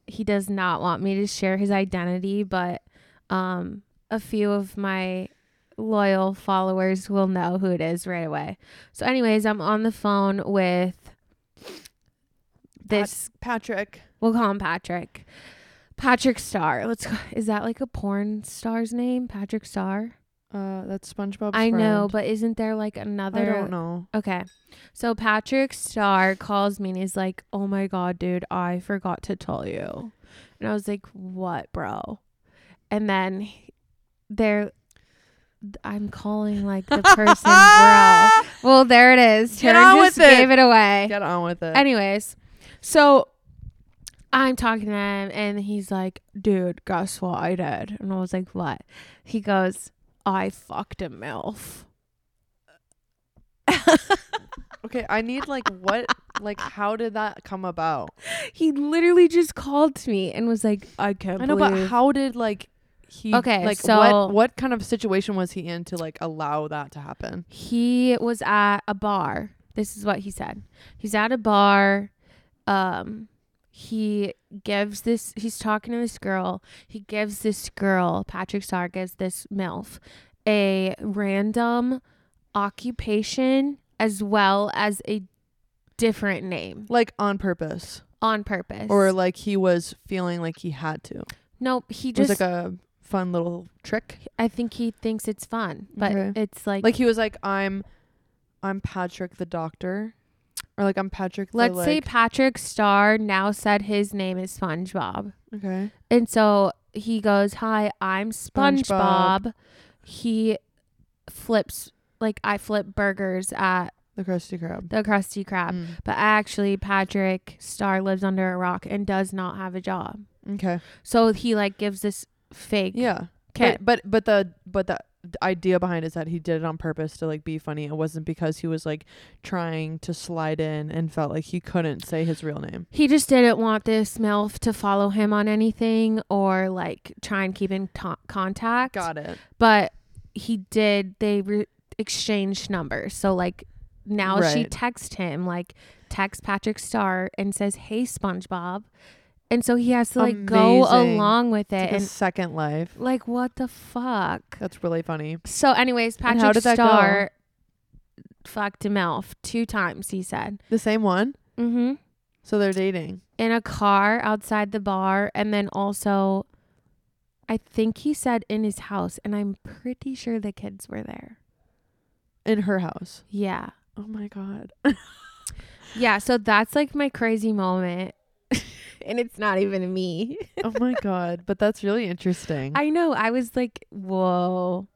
Speaker 1: he does not want me to share his identity, but um, a few of my loyal followers will know who it is right away. So, anyways, I'm on the phone with this
Speaker 2: Patrick.
Speaker 1: We'll call him Patrick. Patrick Star. Let's. Go. Is that like a porn star's name? Patrick Star.
Speaker 2: Uh, that's SpongeBob's
Speaker 1: I know,
Speaker 2: friend.
Speaker 1: but isn't there like another?
Speaker 2: I don't know.
Speaker 1: Okay. So Patrick Star calls me and he's like, "Oh my god, dude, I forgot to tell you," and I was like, "What, bro?" And then he- there, I'm calling like the person, bro. Well, there it is.
Speaker 2: Get
Speaker 1: Taryn
Speaker 2: on
Speaker 1: just
Speaker 2: with it.
Speaker 1: gave it away.
Speaker 2: Get on with it.
Speaker 1: Anyways, so I'm talking to him, and he's like, "Dude, guess what I did?" And I was like, "What?" He goes, "I fucked a milf."
Speaker 2: okay, I need like what, like how did that come about?
Speaker 1: He literally just called me and was like, "I can't
Speaker 2: I know, but
Speaker 1: believe."
Speaker 2: how did like he?
Speaker 1: Okay,
Speaker 2: like
Speaker 1: so-
Speaker 2: what what kind of situation was he in to like allow that to happen?
Speaker 1: he was at a bar. This is what he said. He's at a bar. Um, he gives this. He's talking to this girl. He gives this girl. Patrick Star gives this milf a random occupation as well as a different name
Speaker 2: Like on purpose,
Speaker 1: on purpose.
Speaker 2: or like he was feeling like he had to?
Speaker 1: nope. He
Speaker 2: It was
Speaker 1: just.
Speaker 2: like a fun little trick.
Speaker 1: I think he thinks it's fun, but
Speaker 2: Okay.
Speaker 1: it's like.
Speaker 2: Like he was like, I'm, I'm Patrick the doctor, or like I'm Patrick. the,
Speaker 1: let's say
Speaker 2: like-
Speaker 1: Patrick Star now said his name is SpongeBob.
Speaker 2: okay.
Speaker 1: And so he goes, Hi, I'm SpongeBob.
Speaker 2: SpongeBob.
Speaker 1: He flips, like, I flip burgers at
Speaker 2: The Krusty Krab.
Speaker 1: the Krusty Krab.
Speaker 2: Mm.
Speaker 1: But actually, Patrick Star lives under a rock and does not have a job.
Speaker 2: Mm, Okay.
Speaker 1: So he, like, gives this fake.
Speaker 2: Yeah.
Speaker 1: Okay.
Speaker 2: But, but but the but the the idea behind it is that he did it on purpose to like be funny. It wasn't because he was like trying to slide in and felt like he couldn't say his real name.
Speaker 1: He just didn't want this MILF to follow him on anything or, like, try and keep in to- contact.
Speaker 2: Got it.
Speaker 1: But he did, they re- exchanged numbers. So, like, now she
Speaker 2: Right.
Speaker 1: texts him like text Patrick Star and says, "Hey SpongeBob," and so he has to like go
Speaker 2: Amazing.
Speaker 1: along with
Speaker 2: It's
Speaker 1: it
Speaker 2: like a
Speaker 1: and
Speaker 2: second life.
Speaker 1: like what the fuck.
Speaker 2: That's really funny.
Speaker 1: So, anyways,
Speaker 2: And
Speaker 1: Patrick
Speaker 2: how did that go?
Speaker 1: Star fucked him off two times. He said,
Speaker 2: The same one.
Speaker 1: mm-hmm.
Speaker 2: So they're dating.
Speaker 1: in a car outside the bar, and then also, I think he said in his house, and I'm pretty sure the kids were there.
Speaker 2: in her house.
Speaker 1: Yeah.
Speaker 2: Oh my god.
Speaker 1: Yeah, so that's like my crazy moment. and it's not even me.
Speaker 2: Oh my god. But that's really interesting.
Speaker 1: I know. I was like, whoa.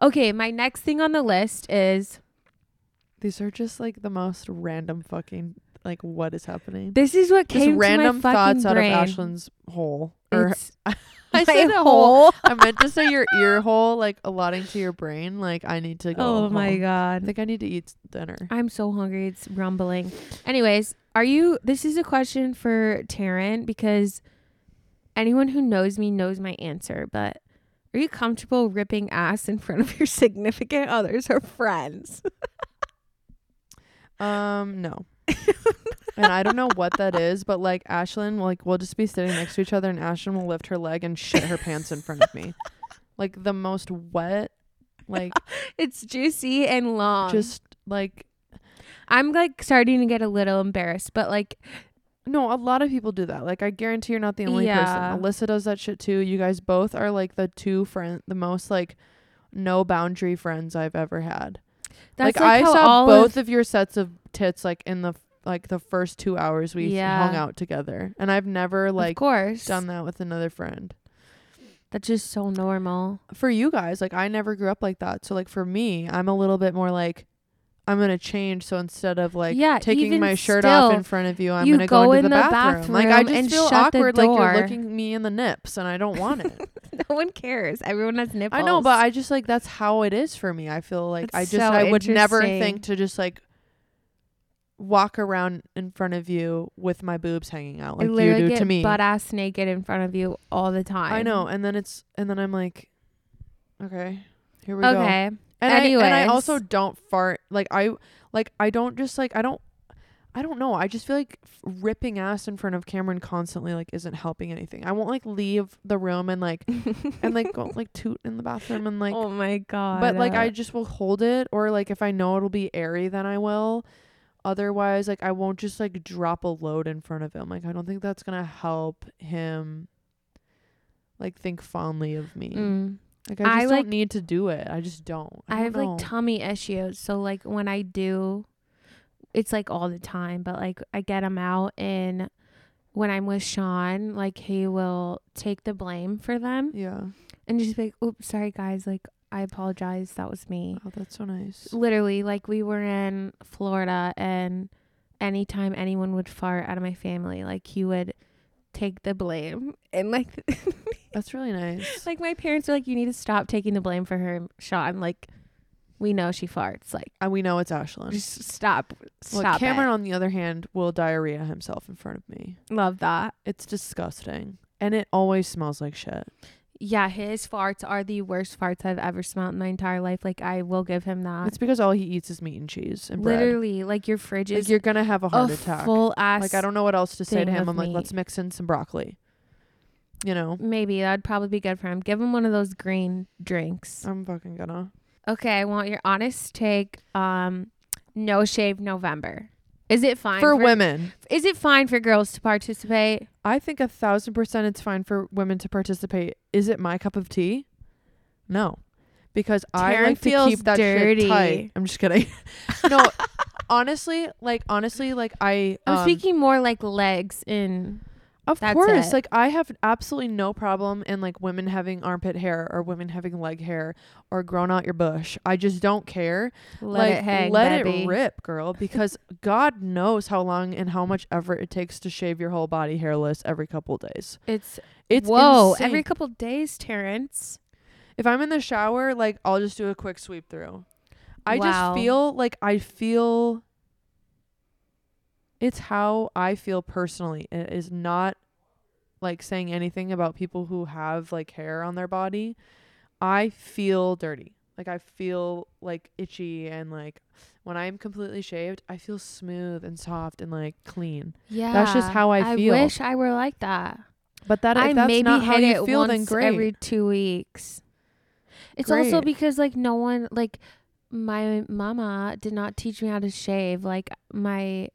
Speaker 1: Okay, my next thing on the list is
Speaker 2: These are just like the most random fucking like what is happening?
Speaker 1: this is what
Speaker 2: just
Speaker 1: came
Speaker 2: random
Speaker 1: to my fucking
Speaker 2: thoughts
Speaker 1: brain.
Speaker 2: out of Ashlyn's hole. Or
Speaker 1: It's
Speaker 2: I
Speaker 1: my
Speaker 2: said a hole.
Speaker 1: whole- Oh
Speaker 2: I meant to say your ear hole, like allotting to your brain. Like I need to go.
Speaker 1: Oh my
Speaker 2: home. I
Speaker 1: god.
Speaker 2: think I need to eat s- dinner.
Speaker 1: I'm so hungry. It's rumbling. Anyways, are you this is a question for Taryn because anyone who knows me knows my answer, but are you comfortable ripping ass in front of your significant others or friends?
Speaker 2: Um, no. and I don't know what that is, but like Ashlyn, like we'll just be sitting next to each other, and Ashlyn will lift her leg and shit her pants in front of me, like the most wet, like
Speaker 1: It's juicy and long.
Speaker 2: just like
Speaker 1: I'm like starting to get a little embarrassed, but like
Speaker 2: no. A lot of people do that. Like I guarantee you're not the only
Speaker 1: Yeah.
Speaker 2: person. Alyssa does that shit too. You guys both are like the two friend, the most like no boundary friends I've ever had.
Speaker 1: that's like,
Speaker 2: like, I
Speaker 1: how
Speaker 2: saw
Speaker 1: all
Speaker 2: both
Speaker 1: Of,
Speaker 2: of your sets of tits like in the f- like the first two hours we
Speaker 1: Yeah.
Speaker 2: hung out together, and I've never
Speaker 1: of
Speaker 2: like
Speaker 1: course,
Speaker 2: done that with another friend.
Speaker 1: that's just so normal.
Speaker 2: For you guys, like I never grew up like that. So like for me, I'm a little bit more like I'm gonna change. So instead of like
Speaker 1: Yeah,
Speaker 2: taking
Speaker 1: even
Speaker 2: my shirt off
Speaker 1: still,
Speaker 2: in front of you, I'm
Speaker 1: you
Speaker 2: gonna go,
Speaker 1: go
Speaker 2: into
Speaker 1: in
Speaker 2: the,
Speaker 1: the
Speaker 2: bathroom. Like I
Speaker 1: bathroom
Speaker 2: just
Speaker 1: and
Speaker 2: feel
Speaker 1: shut the
Speaker 2: awkward, like you're
Speaker 1: door.
Speaker 2: looking me in the nips, and I don't want it.
Speaker 1: No one cares. Everyone has nipples.
Speaker 2: I know, but I just like that's how it is for me. I feel like I
Speaker 1: That's
Speaker 2: just
Speaker 1: so
Speaker 2: I would never
Speaker 1: interesting.
Speaker 2: think to just like walk around in front of you with my boobs hanging out like
Speaker 1: I
Speaker 2: you
Speaker 1: literally
Speaker 2: do
Speaker 1: get
Speaker 2: to me.
Speaker 1: butt ass naked in front of you all the time.
Speaker 2: I know, and then it's and then I'm like, okay, here we go.
Speaker 1: Okay.
Speaker 2: And I, and I
Speaker 1: Anyways.
Speaker 2: also don't fart. Like I like I don't just like I don't I don't know. I just feel like f- ripping ass in front of Cameron constantly like isn't helping anything. I won't like leave the room and like and like go like toot in the bathroom and like
Speaker 1: oh my god.
Speaker 2: but like I
Speaker 1: uh,
Speaker 2: just will hold it or like if I know it'll be airy then I will. Otherwise like I won't just like drop a load in front of him. Like I don't think that's going to help him like think fondly of me.
Speaker 1: mm.
Speaker 2: Like I just
Speaker 1: I,
Speaker 2: don't
Speaker 1: like-
Speaker 2: need to do it. I just don't. I,
Speaker 1: I
Speaker 2: don't
Speaker 1: have
Speaker 2: know.
Speaker 1: like tummy issues, so like when I do, it's like all the time. But like I get them out, and when I'm with Sean, like he will take the blame for them
Speaker 2: yeah.
Speaker 1: and just be like, "Oops, sorry guys, like I apologize, that was me."
Speaker 2: Oh, that's so nice.
Speaker 1: Literally, like we were in Florida, and anytime anyone would fart out of my family, like he would take the blame, and like
Speaker 2: That's really nice.
Speaker 1: like my parents were like, "You need to stop taking the blame for her, Sean." Like. We know she farts. Like,
Speaker 2: and we know it's Ashlyn.
Speaker 1: just stop
Speaker 2: Well,
Speaker 1: stop
Speaker 2: Cameron, on the other hand, will diarrhea himself in front of me.
Speaker 1: it. love that
Speaker 2: It's disgusting, and it always smells like shit.
Speaker 1: yeah his farts are the worst farts i've ever smelled in my entire life like i will give him that
Speaker 2: It's because all he eats is meat and cheese and bread.
Speaker 1: literally like your fridge
Speaker 2: Like
Speaker 1: is
Speaker 2: you're gonna have a heart
Speaker 1: a
Speaker 2: attack.
Speaker 1: full ass
Speaker 2: Like I don't know what else to say to
Speaker 1: thing
Speaker 2: him.
Speaker 1: of
Speaker 2: I'm like,
Speaker 1: meat.
Speaker 2: let's mix in some broccoli. You know,
Speaker 1: maybe that'd probably be good for him give him one of those green drinks
Speaker 2: I'm fucking gonna.
Speaker 1: okay i want your honest take um no shave november is it fine
Speaker 2: For women,
Speaker 1: is it fine for girls to participate
Speaker 2: I think a thousand percent it's fine for women to participate. Is it my cup of tea? No, because I
Speaker 1: Taryn
Speaker 2: like to
Speaker 1: feels
Speaker 2: keep that shit tight.
Speaker 1: dirty.
Speaker 2: I'm just kidding. no, honestly, like honestly, like I.
Speaker 1: i'm
Speaker 2: um,
Speaker 1: speaking more like legs in
Speaker 2: Of
Speaker 1: Oh, that's
Speaker 2: course,
Speaker 1: it.
Speaker 2: like I have absolutely no problem in like women having armpit hair or women having leg hair or grown out your bush. I just don't care.
Speaker 1: let
Speaker 2: like
Speaker 1: it hang
Speaker 2: let
Speaker 1: baby.
Speaker 2: it rip, girl, because God knows how long and how much effort it takes to shave your whole body hairless every couple days.
Speaker 1: it's
Speaker 2: It's
Speaker 1: whoa
Speaker 2: insane.
Speaker 1: every couple days terrence
Speaker 2: if I'm in the shower, like I'll just do a quick sweep through. I
Speaker 1: Wow.
Speaker 2: just feel like I feel it's how I feel personally. It is not like saying anything about people who have like hair on their body. I feel dirty. Like I feel like itchy and like When I'm completely shaved, I feel smooth and soft and like clean.
Speaker 1: Yeah.
Speaker 2: just how I feel.
Speaker 1: I wish I were like that.
Speaker 2: But that
Speaker 1: I
Speaker 2: if that's
Speaker 1: maybe
Speaker 2: not
Speaker 1: hit
Speaker 2: how you
Speaker 1: it
Speaker 2: feel,
Speaker 1: once
Speaker 2: then great.
Speaker 1: every two weeks. It's also
Speaker 2: Great.
Speaker 1: because like no one like my mama did not teach me how to shave like my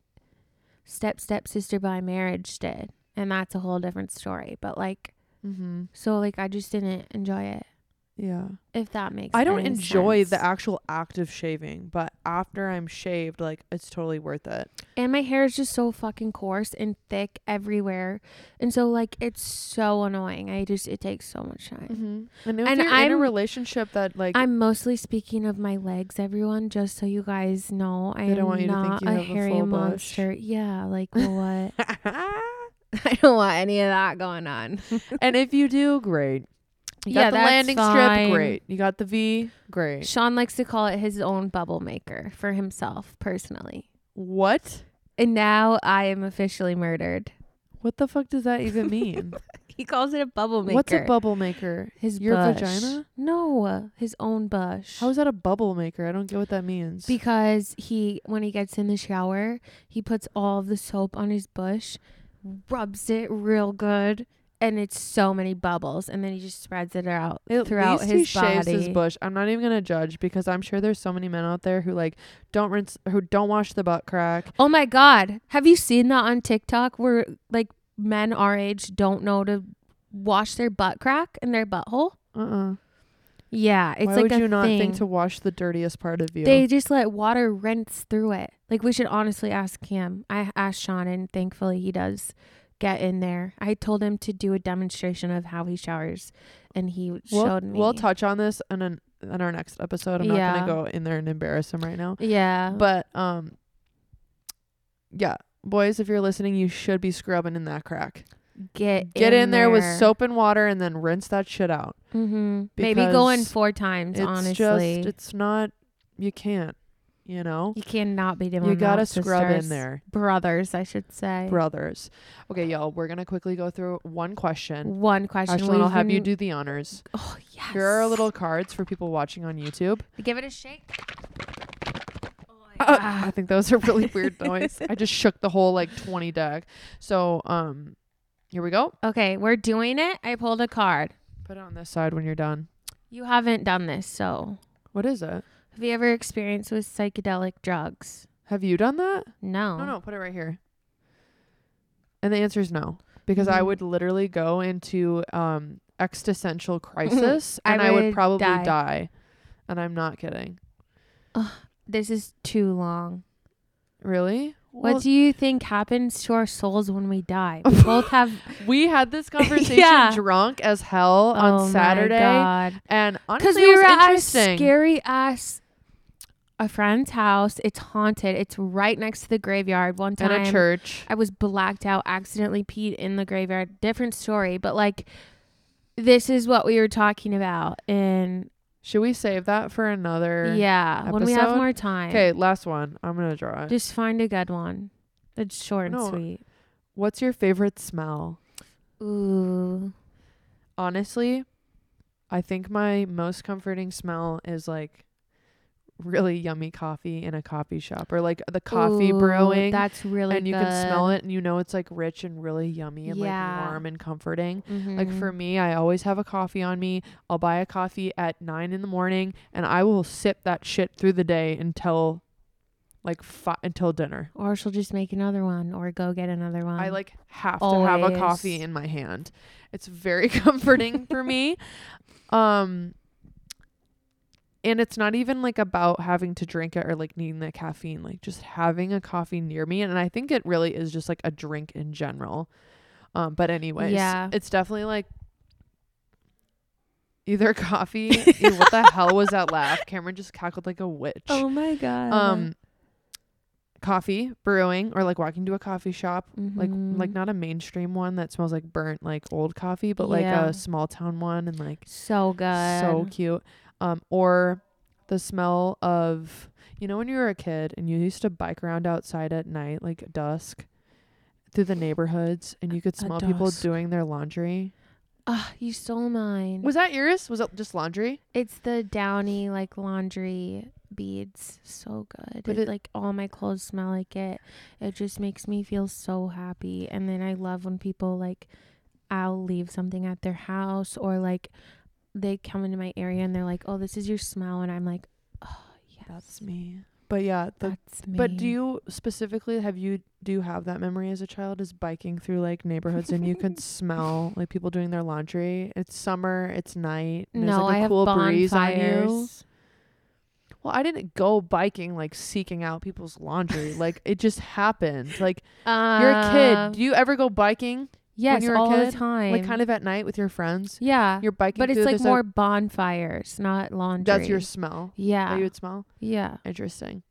Speaker 1: step step sister by marriage did, and that's a whole different story. But like
Speaker 2: mm-hmm.
Speaker 1: so like I just didn't enjoy it.
Speaker 2: Yeah.
Speaker 1: If that makes
Speaker 2: I don't
Speaker 1: any
Speaker 2: enjoy the
Speaker 1: sense.
Speaker 2: actual act of shaving, but after I'm shaved, like it's totally worth it.
Speaker 1: and my hair is just so fucking coarse and thick everywhere, and so like it's so annoying. I just it takes so much time.
Speaker 2: Mm-hmm. And if
Speaker 1: And
Speaker 2: you're in a
Speaker 1: I'm-
Speaker 2: relationship that like
Speaker 1: I'm mostly speaking of my legs, everyone, just so you guys know. I
Speaker 2: They don't
Speaker 1: am
Speaker 2: want you to
Speaker 1: not
Speaker 2: think you
Speaker 1: a
Speaker 2: have a
Speaker 1: hairy
Speaker 2: full bush.
Speaker 1: monster. Yeah, like what?
Speaker 2: and
Speaker 1: I don't want any of that going on.
Speaker 2: if you do, great. You
Speaker 1: Yeah,
Speaker 2: got the
Speaker 1: that's
Speaker 2: landing
Speaker 1: fine.
Speaker 2: strip, great. You got the V, great.
Speaker 1: Sean likes to call it his own bubble maker for himself personally.
Speaker 2: What?
Speaker 1: And now I am officially murdered.
Speaker 2: What the fuck does that even mean?
Speaker 1: He calls it a bubble maker.
Speaker 2: What's a bubble maker?
Speaker 1: His
Speaker 2: Your
Speaker 1: bush.
Speaker 2: vagina?
Speaker 1: No, his own bush.
Speaker 2: How is that a bubble maker? I don't get what that means.
Speaker 1: Because he, when he gets in the shower, he puts all of the soap on his bush, rubs it real good, and it's so many bubbles, and then he just spreads it out
Speaker 2: At
Speaker 1: throughout
Speaker 2: least
Speaker 1: his
Speaker 2: he shaves
Speaker 1: body.
Speaker 2: his bush. I'm not even gonna judge because I'm sure there's so many men out there who like don't rinse, who don't wash the butt crack.
Speaker 1: Oh my god, have you seen that on TikTok where like men our age don't know to wash their butt crack and their butthole?
Speaker 2: Uh uh
Speaker 1: Yeah, it's
Speaker 2: Why
Speaker 1: like
Speaker 2: would
Speaker 1: a
Speaker 2: you not
Speaker 1: thing.
Speaker 2: think to wash the dirtiest part of you?
Speaker 1: They just let water rinse through it. Like we should honestly ask him. I asked Sean, and thankfully he does get in there. I told him to do a demonstration of how he showers, and he
Speaker 2: we'll,
Speaker 1: showed me.
Speaker 2: We'll touch on this in an, in our next episode. I'm
Speaker 1: Yeah. Oh.
Speaker 2: not gonna go in there and embarrass him right now.
Speaker 1: Yeah, but
Speaker 2: But um, yeah, boys, if you're listening, you should be scrubbing in that crack.
Speaker 1: get
Speaker 2: Get in, there, with
Speaker 1: there.
Speaker 2: soap and water, and then rinse that shit out.
Speaker 1: Mhm. Maybe go in
Speaker 2: because
Speaker 1: four times.
Speaker 2: It's
Speaker 1: honestly,
Speaker 2: just, it's not. You can't. You know.
Speaker 1: you cannot be doing.
Speaker 2: You gotta
Speaker 1: that,
Speaker 2: scrub in
Speaker 1: sisters.
Speaker 2: there,
Speaker 1: brothers. I should say.
Speaker 2: brothers. Okay, y'all, we're gonna quickly go through one question.
Speaker 1: One question.
Speaker 2: Ashlyn, I'll
Speaker 1: We've
Speaker 2: have you
Speaker 1: been-
Speaker 2: do the honors.
Speaker 1: Oh yes.
Speaker 2: Here are little cards for people watching on YouTube.
Speaker 1: Give it a shake. Oh,
Speaker 2: Ah, I think that was a really weird noise. I just shook the whole like 20 deck. So, um, here we go.
Speaker 1: Okay, we're doing it. I pulled a card.
Speaker 2: Put it on this side when you're done.
Speaker 1: You haven't done this, so
Speaker 2: What is it?
Speaker 1: have you ever experienced with psychedelic drugs?
Speaker 2: Have you done that?
Speaker 1: No.
Speaker 2: No, no, put it right here. And the answer is no, because I
Speaker 1: Mhm.
Speaker 2: would literally go into um existential crisis and I would,
Speaker 1: would
Speaker 2: probably
Speaker 1: die.
Speaker 2: die. And I'm not kidding.
Speaker 1: This is too long.
Speaker 2: Really?
Speaker 1: what do you think happens to our souls when we die? We both have
Speaker 2: we had this conversation
Speaker 1: Yeah.
Speaker 2: drunk as hell
Speaker 1: Oh
Speaker 2: on
Speaker 1: my
Speaker 2: Saturday,
Speaker 1: God.
Speaker 2: and honestly,
Speaker 1: Because we
Speaker 2: it was
Speaker 1: were at a
Speaker 2: interesting.
Speaker 1: scary ass a friend's house. It's haunted. It's right next to the graveyard. One time
Speaker 2: and a church.
Speaker 1: I was blacked out, accidentally peed in the graveyard. Different story, but like this is what we were talking about and
Speaker 2: Should we save that for another?
Speaker 1: yeah, when we have
Speaker 2: episode?
Speaker 1: more time.
Speaker 2: Okay, last one. I'm gonna draw it.
Speaker 1: Just find a good one. It's short and
Speaker 2: No.
Speaker 1: sweet.
Speaker 2: What's your favorite smell?
Speaker 1: Ooh.
Speaker 2: honestly, I think my most comforting smell is like really yummy coffee in a coffee shop or like the coffee
Speaker 1: Ooh,
Speaker 2: brewing
Speaker 1: That's really
Speaker 2: and you can smell it and you know it's like rich and really yummy and
Speaker 1: Yeah.
Speaker 2: like warm and comforting.
Speaker 1: Mm-hmm.
Speaker 2: Like for me, I always have a coffee on me. I'll buy a coffee at nine in the morning and I will sip that shit through the day until like fi- until dinner.
Speaker 1: Or she'll just make another one or go get another one.
Speaker 2: I like have to have a coffee
Speaker 1: Um, always.
Speaker 2: in my hand. It's very comforting for me. Um and it's not even like about having to drink it or like needing the caffeine, like just having a coffee near me and I think it really is just like a drink in general. Um but anyways,
Speaker 1: Yeah.
Speaker 2: it's definitely like either coffee. Ew, what the hell was that laugh? Cameron just cackled like a witch
Speaker 1: Oh my god.
Speaker 2: um coffee brewing or like walking to a coffee shop like
Speaker 1: Mm-hmm. Mm.
Speaker 2: like not a mainstream one that smells like burnt like old coffee but like
Speaker 1: Yeah.
Speaker 2: a small town one and like
Speaker 1: so good.
Speaker 2: so cute um or the smell of you know when you were a kid and you used to bike around outside at night like dusk through the neighborhoods and you could
Speaker 1: At
Speaker 2: smell people
Speaker 1: dusk.
Speaker 2: doing their laundry
Speaker 1: Ah, you stole mine.
Speaker 2: was that yours was it just laundry
Speaker 1: it's the downy like laundry beads. So good.
Speaker 2: But
Speaker 1: But
Speaker 2: it-
Speaker 1: like all my clothes smell like it. It just makes me feel so happy. And then I love when people like I'll leave something at their house or like they come into my area and they're like, "Oh, this is your smell," and I'm like, "Oh, yes,
Speaker 2: That's me. But yeah, the,
Speaker 1: that's me."
Speaker 2: but do you specifically have you do you have that memory as a child is biking through like neighborhoods and you could smell like people doing their laundry. It's summer, it's night, and there's
Speaker 1: No,
Speaker 2: like a
Speaker 1: I have
Speaker 2: cool breeze on you.
Speaker 1: bonfires.
Speaker 2: Well, I didn't go biking like seeking out people's laundry. like it just happened. Like you're a
Speaker 1: Uh,
Speaker 2: kid. Do you ever go biking?
Speaker 1: Yes,
Speaker 2: you were a
Speaker 1: all
Speaker 2: kid?
Speaker 1: the time.
Speaker 2: Like kind of at night with your friends?
Speaker 1: yeah,
Speaker 2: You're biking
Speaker 1: but it's
Speaker 2: through
Speaker 1: like
Speaker 2: this, uh,
Speaker 1: more bonfires, not laundry.
Speaker 2: that's your smell.
Speaker 1: yeah,
Speaker 2: That you would smell?
Speaker 1: yeah.
Speaker 2: Interesting.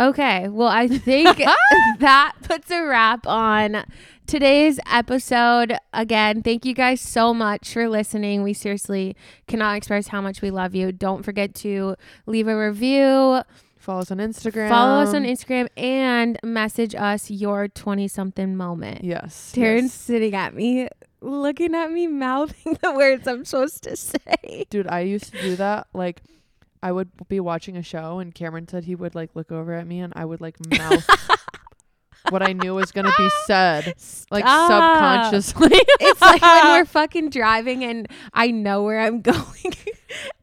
Speaker 1: Okay, well, I think that puts a wrap on today's episode. Again, thank you guys so much for listening. We seriously cannot express how much we love you. Don't forget to leave a review,
Speaker 2: Follow us on Instagram.
Speaker 1: follow us on Instagram, and message us your 20 something moment.
Speaker 2: Yes.
Speaker 1: Taryn's
Speaker 2: yes.
Speaker 1: sitting at me, looking at me, mouthing the words I'm supposed to say.
Speaker 2: Dude, I used to do that. Like, I would be watching a show, and Cameron said he would like look over at me, and I would like mouth what I knew was gonna be said, like
Speaker 1: Stop.
Speaker 2: subconsciously.
Speaker 1: It's like when we're fucking driving and I know where I'm going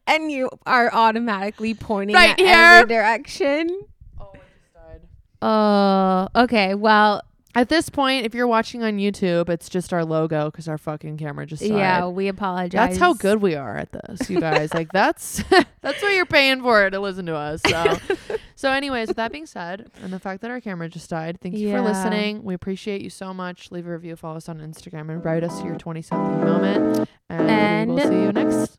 Speaker 1: and you are automatically pointing
Speaker 2: Right
Speaker 1: at
Speaker 2: here.
Speaker 1: every direction.
Speaker 2: oh, I just died.
Speaker 1: Oh, okay. Well,
Speaker 2: At this point, if you're watching on YouTube, it's just our logo because our fucking camera just died.
Speaker 1: yeah, we apologize.
Speaker 2: That's how good we are at this, you guys. like that's that's what you're paying for to listen to us. So, so anyways, with that being said, and the fact that our camera just died, thank you for
Speaker 1: Yeah.
Speaker 2: listening. We appreciate you so much. Leave a review, follow us on Instagram, and write us your 20 something moment. And, we will
Speaker 1: And-
Speaker 2: see you next